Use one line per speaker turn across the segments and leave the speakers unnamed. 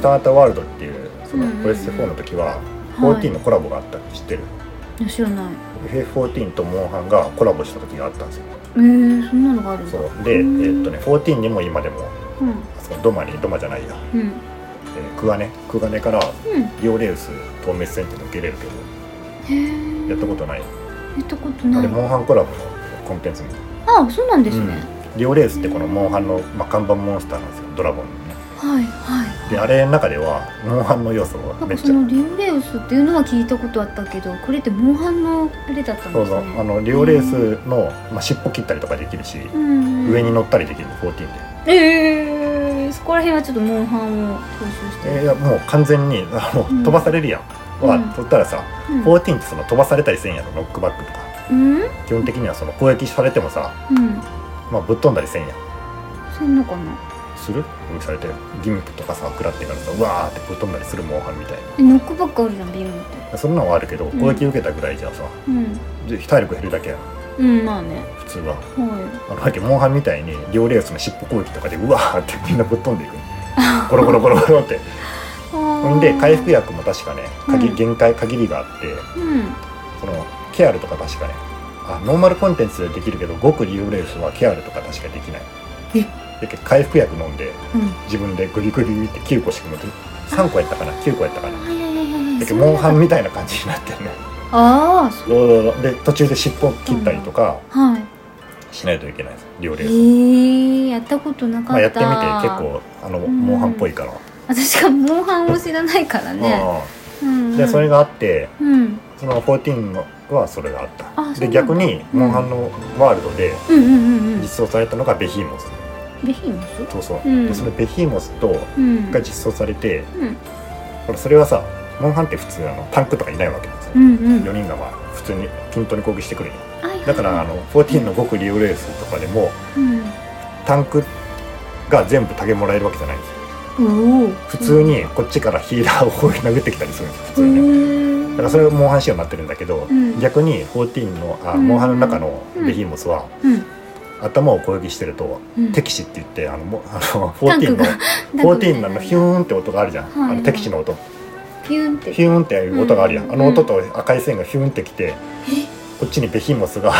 ターアートワールドっていうその
うんうんうん
OS4 の時は
はい
14のコラボがあったの知ってる、
いや知らない
FF14 とモンハンがコラボした時があったんですよ
えー、そんなのがあるんだ
そうで、え
うん
っとね、14にも今でも
うん
そのドマにドマじゃないや、
うん
えークガネクガネから
うん
リオレウス透明戦っていうの受けれるけど
へえ
やったことない、
やったこと
あ
な
れ
い
モンハンコラボのコンテンツみたい
あそうなんですね、
リオレースってこのモンハンの、まあ、看板モンスターなんですよドラゴンのね
はいはい
であれの中ではモンハンの要素
な
が
ん
め
か
っ
そ
ちゃ
のリオレウスっていうのは聞いたことあったけどこれってモンハンのあれだったん
そう
です
そう
ね
あのリオレースの、まあ、尻尾切ったりとかできるし、
うん
上に乗ったりできるの14で、
えー、そこら辺はちょっとモンハンを踏襲して
えーいやもう完全にあの、
うん
飛ばされるやん、
うん
まあ取ったらさ
うん
14ってその飛ばされたりせんやろノックバックとか
うん、うん、
基本的にはその攻撃されてもさ、まあ、ぶっ飛んだりせんやん
そんなかな
する攻撃されてギミックとかさ食らってからさうわーってぶっ飛んだりするモンハンみたい
えノックバックあるじゃんビームって
なそんなのはあるけど
ん
攻撃受けたぐらいじゃさ、
うん
で体力減るだけやん
うんまあね
普通は
は
あのだけどモンハンみたいに両レースの尻尾攻撃とかでうわーってみんなぶっ飛んでいくゴロゴロゴロゴロ って
い
ほ
ほ
んで回復薬も確かね限
うん
限界限りがあって
うん
そのケアルとか確かねあノーマルコンテンツでできるけど極リオレースはケアルとか確かできない
え
だけど回復薬飲んで
うん
自分でグリグリって9個しか持って3個やったかな9個やったかな
はいはいはいはい
だけどモンハン
そんな
みたいな感じになってるね
ああそ
ロロロロで途中で尻尾切ったりとか
はい
しないといけないです両レー
え
ス、
ー、やったことなか
ま
った、
あ、やってみて結構あの
うん
モンハンっぽいから、
私がモンハンを知らないからね、うんう
うん
ん、
でそれがあって
うん
その14のはそれがあった
あそうなんだ
で逆にモンハンのワールドで
うんうんうんうん
実装されたのがベヒーモス
ベヒーモス
そうそう、
うん
でそのベヒーモスと
うん
が実装されて
うん
ほらそれはさモンハンって普通あのタンクとかいないわけですよ、
うんうん
4人がまあ普通に均等に攻撃してくるよ
はいはい
だからあの14の極リオレースとかでも
うん
タンクが全部げもらえるわけじゃないんですよ
おお
普通にこっちからヒーラーを殴ってきたりするんですよ普
へ
通に
ー
だからそれがモンハン仕様になってるんだけど、
うん
逆に14のあ
うん
モンハンの中のベヒーモスは
うん
頭を攻撃してると
うん
敵死って言ってあのもあの
タンク
14の
が
14のあのヒューンって音があるじゃん、
はい
あの敵死の音
ヒュンって
ヒューンっていう音があるやん、
うん
あの音と赤い線がヒューンってきて、こっちにベヒーモスが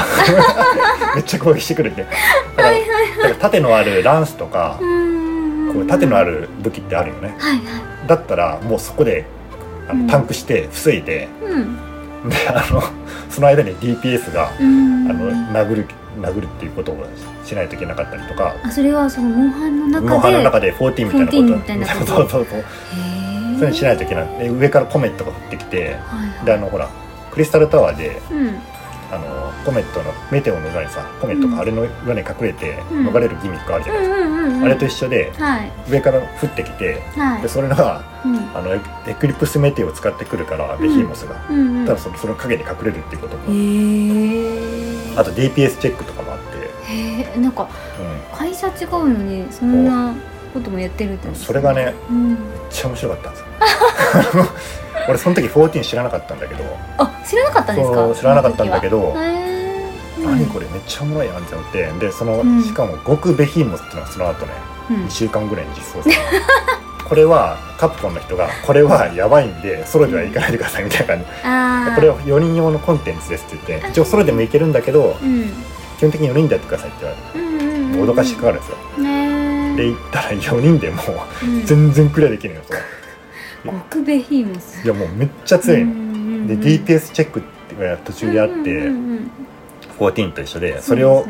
めっちゃ攻撃してくるってだからだから縦のあるランスとか
う、ん
こう縦のある武器ってあるよね
はいは
だったらもうそこであ
うん
のタンクして防いで、
いうん
であのその間に DPS が
うん
あの殴る殴るっていうことをしないといけなかったりとか。
あそれはそのモンハンの中で
モンハンの中で14みたいなこと
14みたいなこと
そうそうそう
へー
そういうのしないといけないで上からコメットが降ってきて
はいはい
であのほらクリスタルタワーで
うん
あのコメットのメテオの裏にさコメット
うん
があれの裏に隠れて
うん
逃れるギミックあるじゃ
う
ない、
んうんうんうん
あれと一緒で
はい
上から降ってきて
はい
でそれが
うん
あのエエクリプスメテオを使ってくるから
ん
ベヒーモスが、
うんうん
ただそのその影に隠れるっていうことも、
へえ
あと DPS チェックとかもあって、
へえなんか
う
会社違うのにそんなこともやってるって
ん、それがね
うん
めっちゃ面白かったん ですよ俺その時14知らなかったんだけど
あ知らなかったんです
そ
か
う知らなかったんだけ
ど
ど
へえ
何これめっちゃおもろいやんって思ってでその、
うん
しかも極ベヒーモスっていうのはその後ね
れ
2週間ぐらいに実装するこれはカプコンの人がこれはやばいんでソロでは行かないでくださいみたいな感じ
ああ
これは4人用のコンテンツですって言って一応ソロでも行けるんだけど
うん
基本的に4人でやってくださいって言われ
うんうんうん
て脅かしてかかるんですよ
ね
で行ったら4人でもう
うん
全然クリアできるんよそれ
極ベヒーモス
いやもうめっちゃ強いので
で
DPS チェックが途中であって14と一緒でそれを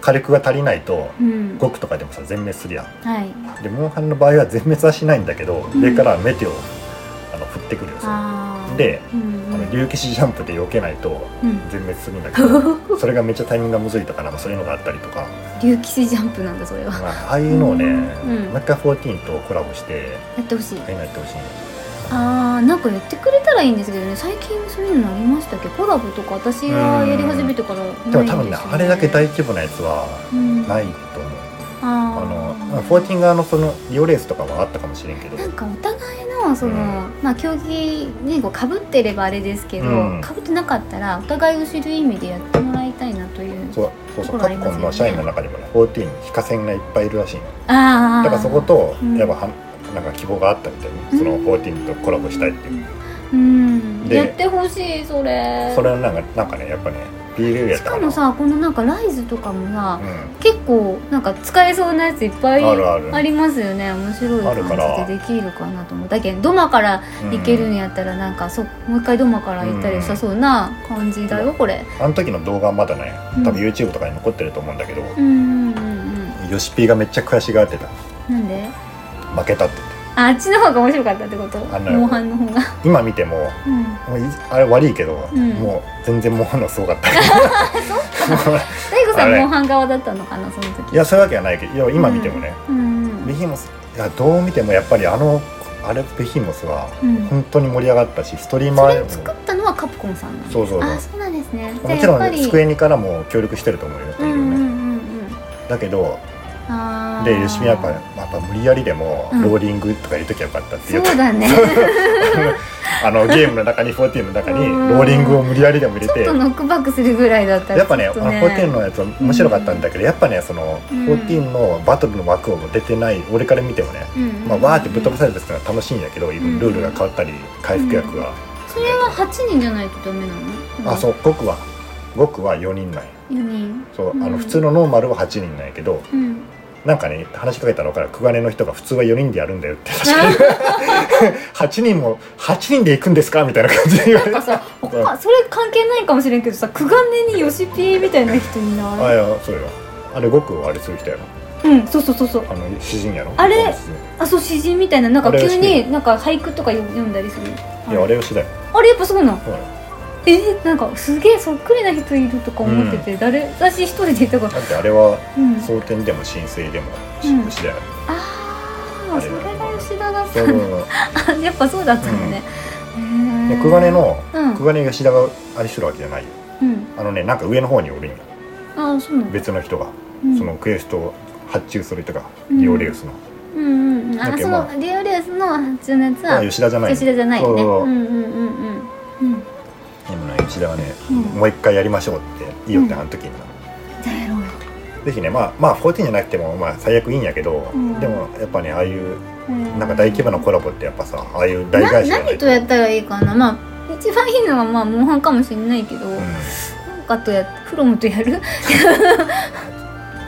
火力が足りないと
うん
5とかでもさ全滅するやん
はい
でモンハンの場合は全滅はしないんだけど
うん
上からメテオあの降ってくるよそれ
あー
で
うん
あの竜騎士ジャンプで避けないと
うんうん
全滅するんだけ どそれがめっちゃタイミングがむずいとかなんかそういうのがあったりとか、
竜騎士ジャンプなんだそれは
まあ、ああいうのをね、
うん
もう一回14とコラボして
やってほしい
ああいうのやってほしいね
あーなんかやってくれたらいいんですけどね最近そういうのありましたっけコラボとか私がやり始めてからないんです
で
よ、
も
ね、
多分ねあれだけ大規模なやつは
うん
ない
あ
と思うあ
あ
の14側のそのリオレースとかはあったかもしれんけど
なんかお互いのその、
うん
まあ競技ねこうかぶってればあれですけど
うん
かぶ、被ってなかったらお互いを知る意味でやってもらいたいなという
そうそうそう
ところあ
カ
り
プ
ます
コ
よ
ンの社員
ね
の中でもね14に非化線がいっぱいいるらしいの
ああ
だからそこと
うん
やっぱは、なんか希望があったみたいにその14とコラボしたいっていう、
うん
で
やってほしいそれ
それはなんかなんかねやっぱね BL やっ
したかもさこのなんかライズとかもさ
う、ん
結構なんか使えそうなやついっぱい
あるある
ありますよね面白い
あるから
感じでできるかなと思うだけどドマから
うん
いけるんやったらなんかそうもう一回ドマから行ったり良さそうな感じだよこれ
あの時の動画はまだね
うん
多分 YouTube とかに残ってると思うんだけど、
うんうんうん
ヨシピーがめっちゃ悔しがってた
うんなんで
負けたって言っ
ああっちの方が面白かったってこと
あなるほど
モンハンの方が
て今見ても
うん
もういあれ悪いけど、
うん
もう全然もうのすごかった。 もう
大悟
あ
さん
れ
モンハン側だったのかなその時
いやそういうわけはないけどいや今見てもね、
うんうん
ベヒモスいやどう見てもやっぱりあのあれベヒモスは
うん
本当に盛り上がったしストリーマ
そ
ー
れを
で
作
も
ったのはカプコンさんなんだ
そうそうそう
あそうなんですねじゃあ
もちろん
やっ
ね、
ぱり
机にからも協力してると思うよ、
うんうんうんうん
だけど
あー
で吉見はやっぱやっぱ無理やりでも
うん
ローリングとか言う時はよかったって
そ
言
う
うと、
だ ね
あのゲームの中に14の中に
うん
ローリングを無理やりでも入れ
ちょってとノックバックするぐらいだったら
やっぱね
ちょ
あ
と
の14のやつ面白かったんだけど、やっぱねその
うん
14のバトルの枠を出てない俺から見てもね、
うんうんうん
まあ、わーってぶっ飛ばされたりするのは楽しいんだけど、いろいろルールが変わったり回復薬が、
それは8人じゃないとダメなの
あそうう5区は5区は4人なんや
4人
そう、あ
うん
の普通のノーマルは8人なんやけど
うん
なんかね話しかけたら分からん熊の人が普通は4人でやるんだよって 確かに8人も8人で行くんですかみたいな感じで言われ
なん
て
かさ、他それ関係ないかもしれんけどさ、久我根にヨシピーみたいな人い
あ
ないい。
やそうよあれ5区はあれする人やろ
うん、そうそうそうそう。
あの詩人やろ
あれ
の詩人
あ、そう詩人みたいななんか
あれヨ
急
シピー
になんか俳句とか読んだりする。
いやあれ吉だよ
あれやっぱそうなの。
そうよ
えー、なんかすげえそっくりな人いるとか思ってて、誰私一人でいたから。
だってあれは
うん。
蒼天でも神水でも
うん
吉だよ、
あ
あ
あ、
れ
そ
だ
れが吉田だっ
そうそうそう
た。 やっぱそうだったのね。へ
で
え。
久我根。の
うん。
久我根吉田があれするわけじゃないよ
うん。
あのねなんか上の方におるんよ
ああ、そうなの。
別の人が、
うん
そのクエストを発注する人が、
うん
リオレウスの、
うんうんうん。
だ
あ、
けど
そ
まあ
のリオレウスの発のやつ
まあ、
は
吉田じゃない
吉田じゃないよね。う
そうん
うんうんうんうん。
でもね吉田はね、
うん
もう一回やりましょうっていいよって、
うん
あの時にな
じゃあやろうよ。
ぜひねまあまあ14じゃなくてもまあ最悪いいんやけど、
うん
でもやっぱねああいう
うん
なんか大規模なコラボってやっぱさああいう大
な
会社じゃない
何とやったらいいかなまあ一番いいのはまあモンハンかもしれないけど、
うん
なんかとやフロムとやる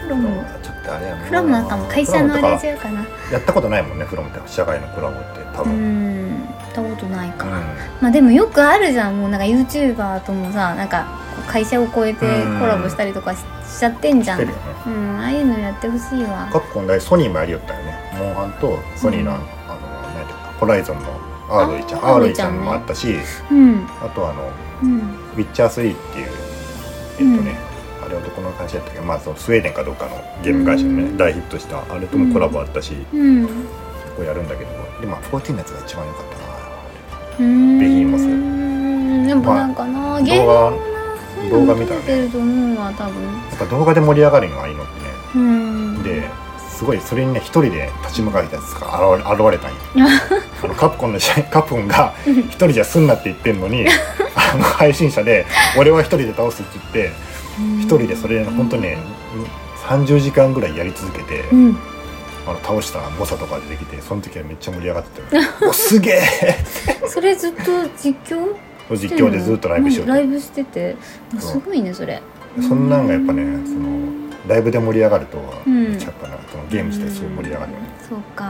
フロム
ちょっとあれやな
フロムなんかも会社のあれちゃうか
フロ
な
ムとかやったことないもんねフロムって社外のコラボって多
う
分、うん
ん行ったことないか、まあでもよくあるじゃんもうなんか YouTuber ともさなんかこう会社を超えてコラボしたりとかししちゃってんじ
知っ
ゃ
てる
ん
よね
うんああいうのやってほしいわ
カプコンでソニーもやりよったよねモンハンとソニーの、
うん
あの何ていうかホライゾンのアーロイちゃん
あー
アーロイちゃん
アーロイちゃんね
もあったし
うん
あとあの
うん
ウィッチャー3っていうえっとね、あれはどこの会社やったっけ、まあ、そのスウェーデンかどうかのゲーム会社のね、
うん
大ヒットしたあれともコラボあったし、
うんう
こうやるんだけどでまあ14のやつが一番良かった
ーん
できます
やっぱなんかな、
な
ゲー
動
ム
画
そういう
動
の
画見たらね
求めてると思うわ多分
やっぱ動画で盛り上がるのはああいうのってね
うん
ですごいそれにね一人で立ち向かうやつが現れ現れたんよ あのカプコンの 試合カプコンが
うん
一人じゃすんなって言ってんの にあの配信者で「俺は一人で倒す」って言って一人でそれ本当にね30時間ぐらいやり続けて、
うん
あの倒した猛者とか出てきてその時はめっちゃ盛り上がってたよ おすげえ
それずっと実況
実況でずっとライブしよう
ラ
と
イブしててあすごいねそれ
そんなんがやっぱねそのライブで盛り上がると、
うん
やっぱなんかそのゲーム自体すごい盛り上がるよね、
そうか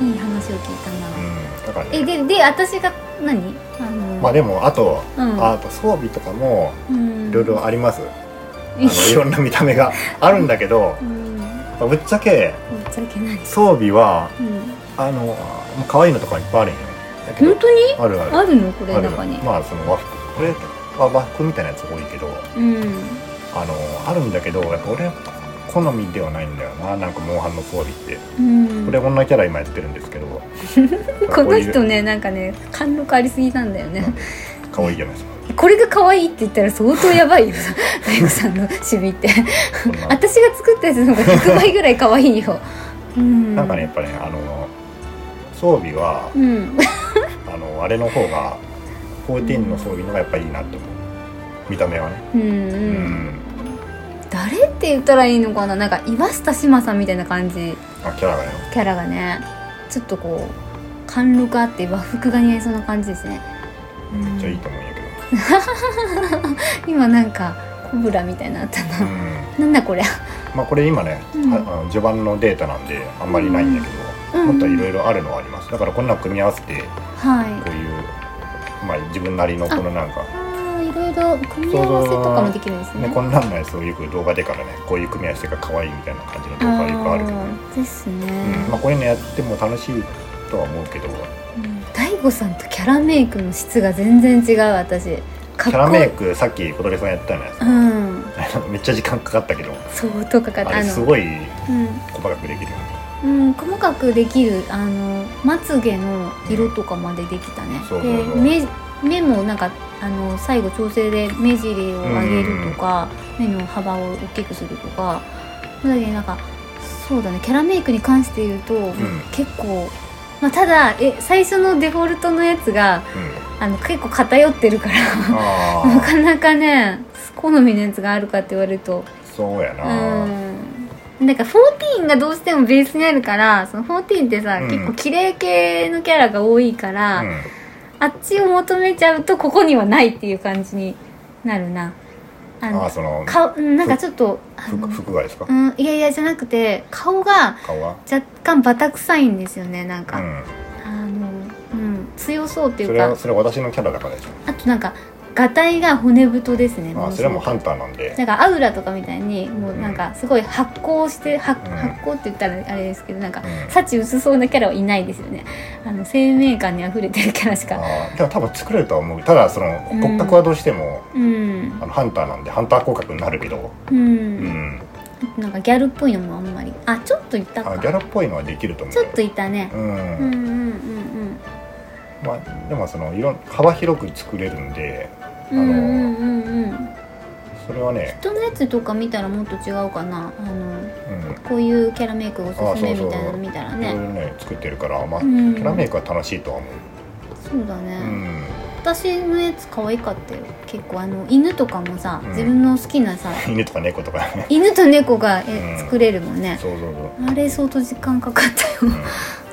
いい話を聞いた
う、
なん
だから
え
ね
でで私が何あの
まあでもあと、
うん
あと装備とかも
うん
いろいろあります、
あ
あのいろんな見た目 があるんだけど
うん
まあぶっちゃけ
ぶっちゃけない
装備は
うん
あのもう可愛いのとかいっぱいあるんよだけど
本当に
あるある
あるのこれ
ある
中に
まあその和服これは和服みたいなやつ多いけど
うん
あのあるんだけどやっぱ俺好みではないんだよななんかモンハンの装備って
うん
これ女キャラ今やってるんですけど
この人
ね
ねなんかね貫禄ありすぎなんだよね
可愛いじゃないです
これが可愛いって言ったら相当やば いよ大悟さんの趣味って
かこん な
私が作ったやつの方が100倍ぐらい可愛いよ、うん、
なんかねやっぱねあの装備は
うん
あのあれの方が14の装備の方がやっぱいいなって思う見た目はね
うんう
うん
ん誰って言ったらいいのかななんか岩下志麻さんみたいな感じ
あキャラがよ
キャラがねちょっとこう貫禄あって和服が似合いそうな感じですね、う
めっちゃいい
ん、
と思うんやけど、
今なんかコブラみたいになのあった
う
な、
ん
なんだこれ
まあこれ今ね、
うん
はあの序盤のデータなんであんまりないんやけど、
うん
もっといろいろあるのはありますだからこんなん組み合わせてこ
は
う
い
いう、まあ、自分なりのこのなんか、
あーいろいろ組み合わせとかもできるんですね
ね、こんなんのやつをよく動画でからねこういう組み合わせが可愛いみたいな感じの動画よくあるけど、ね
ーですね、
うんまあ、こういうのやっても楽しいとは思うけど
うん大悟さんとキャラメイクの質が全然違う私か
キャ
っこ
ラ
いい
メイクさっき小鳥さんやったのや
うん
つ めっちゃ時間かかったけど
相当かかっ
あ
たあ
れ
の
すごい
うん
細かくできるよね
うん、細かくできるあのまつげの色とかまでできたね、
そうそうそう
で目目もなんかあの最後調整で目尻を上げるとか、目の幅を大きくするとかだけどなんかそうだねキャラメイクに関して言うと、結構、まあ、ただえ最初のデフォルトのやつが
う
あの結構偏ってるから
ん、あ
な
あ
かなかね好みのやつがあるかって言われると
そうやな、
うんなんか14がどうしてもベースにあるからその14ってさ、
うん
結構綺麗系のキャラが多いから、
うん
あっちを求めちゃうとここにはないっていう感じになるなあ
あ
の
あその
顔うんなんかちょっとあ
服
の
服がですか、
うんいやいやじゃなくて顔が
顔は、
若干バタ臭いんですよねなん
う
か、
ん、
あのうん強そうってい
そうれは
か
それは私のキャラだからでしょ、
あとなんかがたいが骨太ですね
まあ、
の
それはもうハンターなんで
なんかアウラとかみたいにもうなんかすごい発光して発
うん
発光って言ったらあれですけどなんか
うん
幸薄そうなキャラはいないですよねあの生命感にあふれてるキャラしか
ああでも多分作れるとは思うただその
うん
骨格はどうしても、
うん
あのハンターなんでハンター骨格になるけど、
う
うんん、
なんかギャルっぽいのもあんまりあちょっといた
あ
か
ギャラっぽいのはできると思う
ちょ
よ
っといたね
うん
うんうんうん
まあ、でもそのいろん幅広く作れるんで
うんうんうんうんうん
それはね、
人のやつとか見たらもっと違うかなあの
うん
こういうキャラメイクおす
あ
す
そ
め
うそう
みたいなの見たら
いろいろ
ね
ね作ってるから、まあ、
う
キ
ん
ャラメイクは楽しいとは思う、
そうだね、
うん
私のやつ可愛かったよ結構あの犬とかもさ、
うん
自分の好きなさ
犬とか猫とかね
犬と猫がえ、
うん
作れるもんね
そうそうそう、
あれ相当時間かかったよ、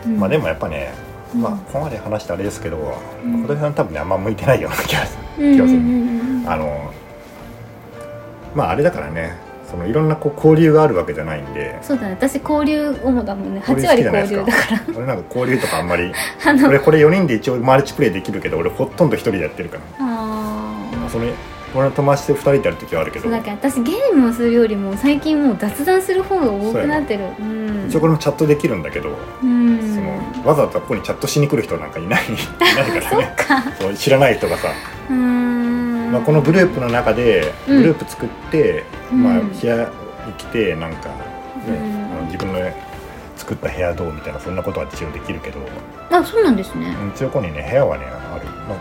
うん まあで
も、
もやっぱね、
うん
まあここまで話したあれですけど、
ん
小鳥さん多分ねあんま向いてないような気がする
うん
気がする
うん
あのまああれだからねそのいろんなこう交流があるわけじゃないんで
そうだね私交流主だもんね8
交流好き
割
じゃない
交
ですか
流だから
俺なんか交流とかあんまり
あの
俺これ4人で一応マルチプレイできるけど俺ほとんど1人でやってるから
あ
それ俺の友達と2人でやる時はあるけ
ー
ど
そうだけど私ゲームをするよりも最近もう雑談する方が多くなってるう,、ん
一応これもチャットできるんだけど、
うん
そのわざわざここにチャットしに来る人なんかいないいないからね
か
そう知らない人がさ、
うん、
まあ、このグループの中で
うん
グループ作って、
うん
まあ、部屋に来てなんか、ね
うん
あの自分の作った部屋どうみたいなそんなことは一応できるけど
あそうなんですね
一応ここにね部屋はねある、ま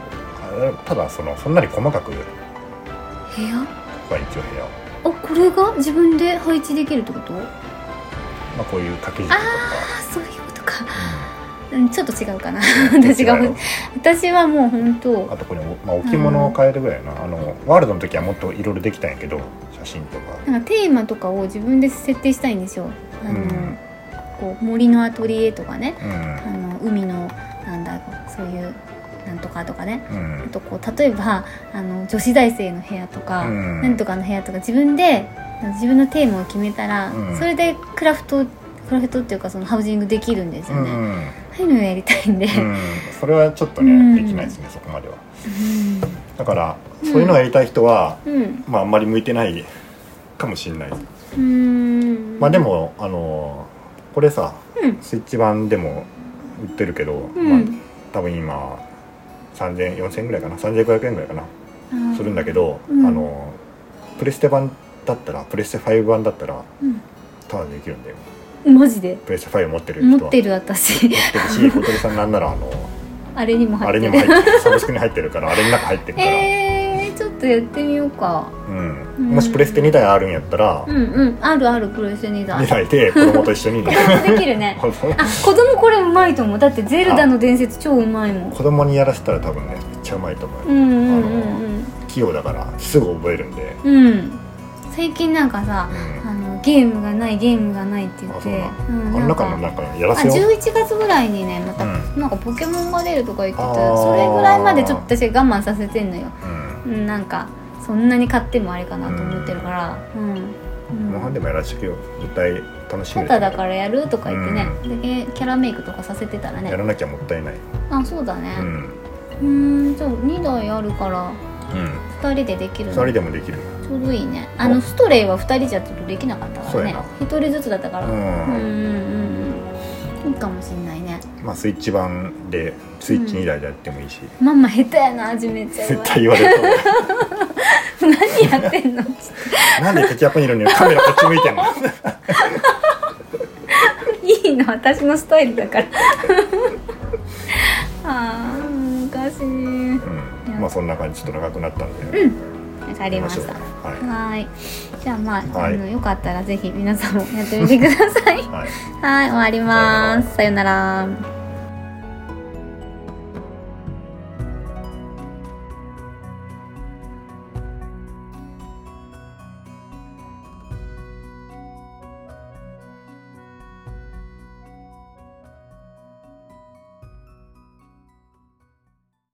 ああ、ただそのそんなに細かくこ
部屋
こは一応部屋を、
あこれが自分で配置できるってことあ
まあ、こういう掛け軸とか。
そういうことか
うん
うんちょっと違うかな
こっ
私
ち
が
よ
私はもう本当
あとこれ、まあ、置物を変えるぐらいな、あのワールドの時はもっといろいろできたんやけど写真とか
なんかテーマとかを自分で設定したいんですよあの、
うん
こう森のアトリエとかねあ
う
の海のなんだそういうなんとかとかね
んうん
あとこう例えばあの女子大生の部屋とか、
うん
なんとかの部屋とか自分で自分のテーマを決めたら、
うん
それでクラフトクラフトっていうかそのハウジングできるんですよね、
う
あ
んうん
あいうのをやりたいんで、
それはちょっとね、
うん
できないですねそこまではだから、そういうのをやりたい人は、
うんうん
まあ、あんまり向いてないかもしれない、
うーん
まあでもあのこれさ
うん
スイッチ版でも売ってるけど、
うん
まあ、多分今30004000円ぐらいかな3500円ぐらいかな
あー
するんだけど、
うん
あのプレステ版だったらプレステ5版だったらただでできるんだよ
うんマジで
プレステ5持ってる人は
持ってる私
持ってるし小鳥さんなんならあの
あれにも
あ
入
れに
って
も
る
入ってるサブスクに入ってるからあれの中入ってるから、
えー、ちょっとやってみようか
う
う
ん、
ん
もしプレステ2台あるんやったら、
うんうんあるあるプロレス2だ
2台 で子供と一緒に
できるねあ子供これうまいと思うだってゼルダの伝説超うまいもん
子供にやらせたら多分ねめっちゃうまいと思
う
う、
んうんうん
器用だからすぐ覚えるんで、
うんうん最近なんかさ
うん
あのそうゲームがないゲームがないって言っ
あそう
て
な
うん
あの
なん
中の
か
なんかやら
あ
せよう
11月ぐらいにねまた、
うん
なんかポケモンが出るとか言って
あ
て
ー
それぐらいまでちょっと私我慢させてんのよ、
うん
うん、なんかそんなに買ってもあれかなと思ってるからうん、うん
モンハンでもやらせてけよ絶対楽しみ
ただだからやるとか言ってね、でキャラメイクとかさせてたら
や
ね
らなきゃもったいない
あそうだ
う
ね
ん
うんんじゃあ2台あるから
うん
2人でできる
二
の
人でもできる
ちょうどいいねあのストレイは2人じゃちょっとできなかったか
そう
ら
や
ね
な
1人ずつだったか
う
らうんうん
ん
うんうんいいかもしんないね
まあスイッチ版でスイッチ2台でやってもいいし
ママ下手やな味めっ ちゃう
絶
ま
対
い
言われると思う
何やってんの
なんで敵アップにいるのにカメラこっち向いてんの
いいの私のスタイルだから あー難しいね
うんまあそんな感じちょっと長くなったんで
わかりましたは
は
ーいじゃあまあ,、
はい
あのよかったらぜひ皆さんもやってみてください
いはい
はい終わりますさよなら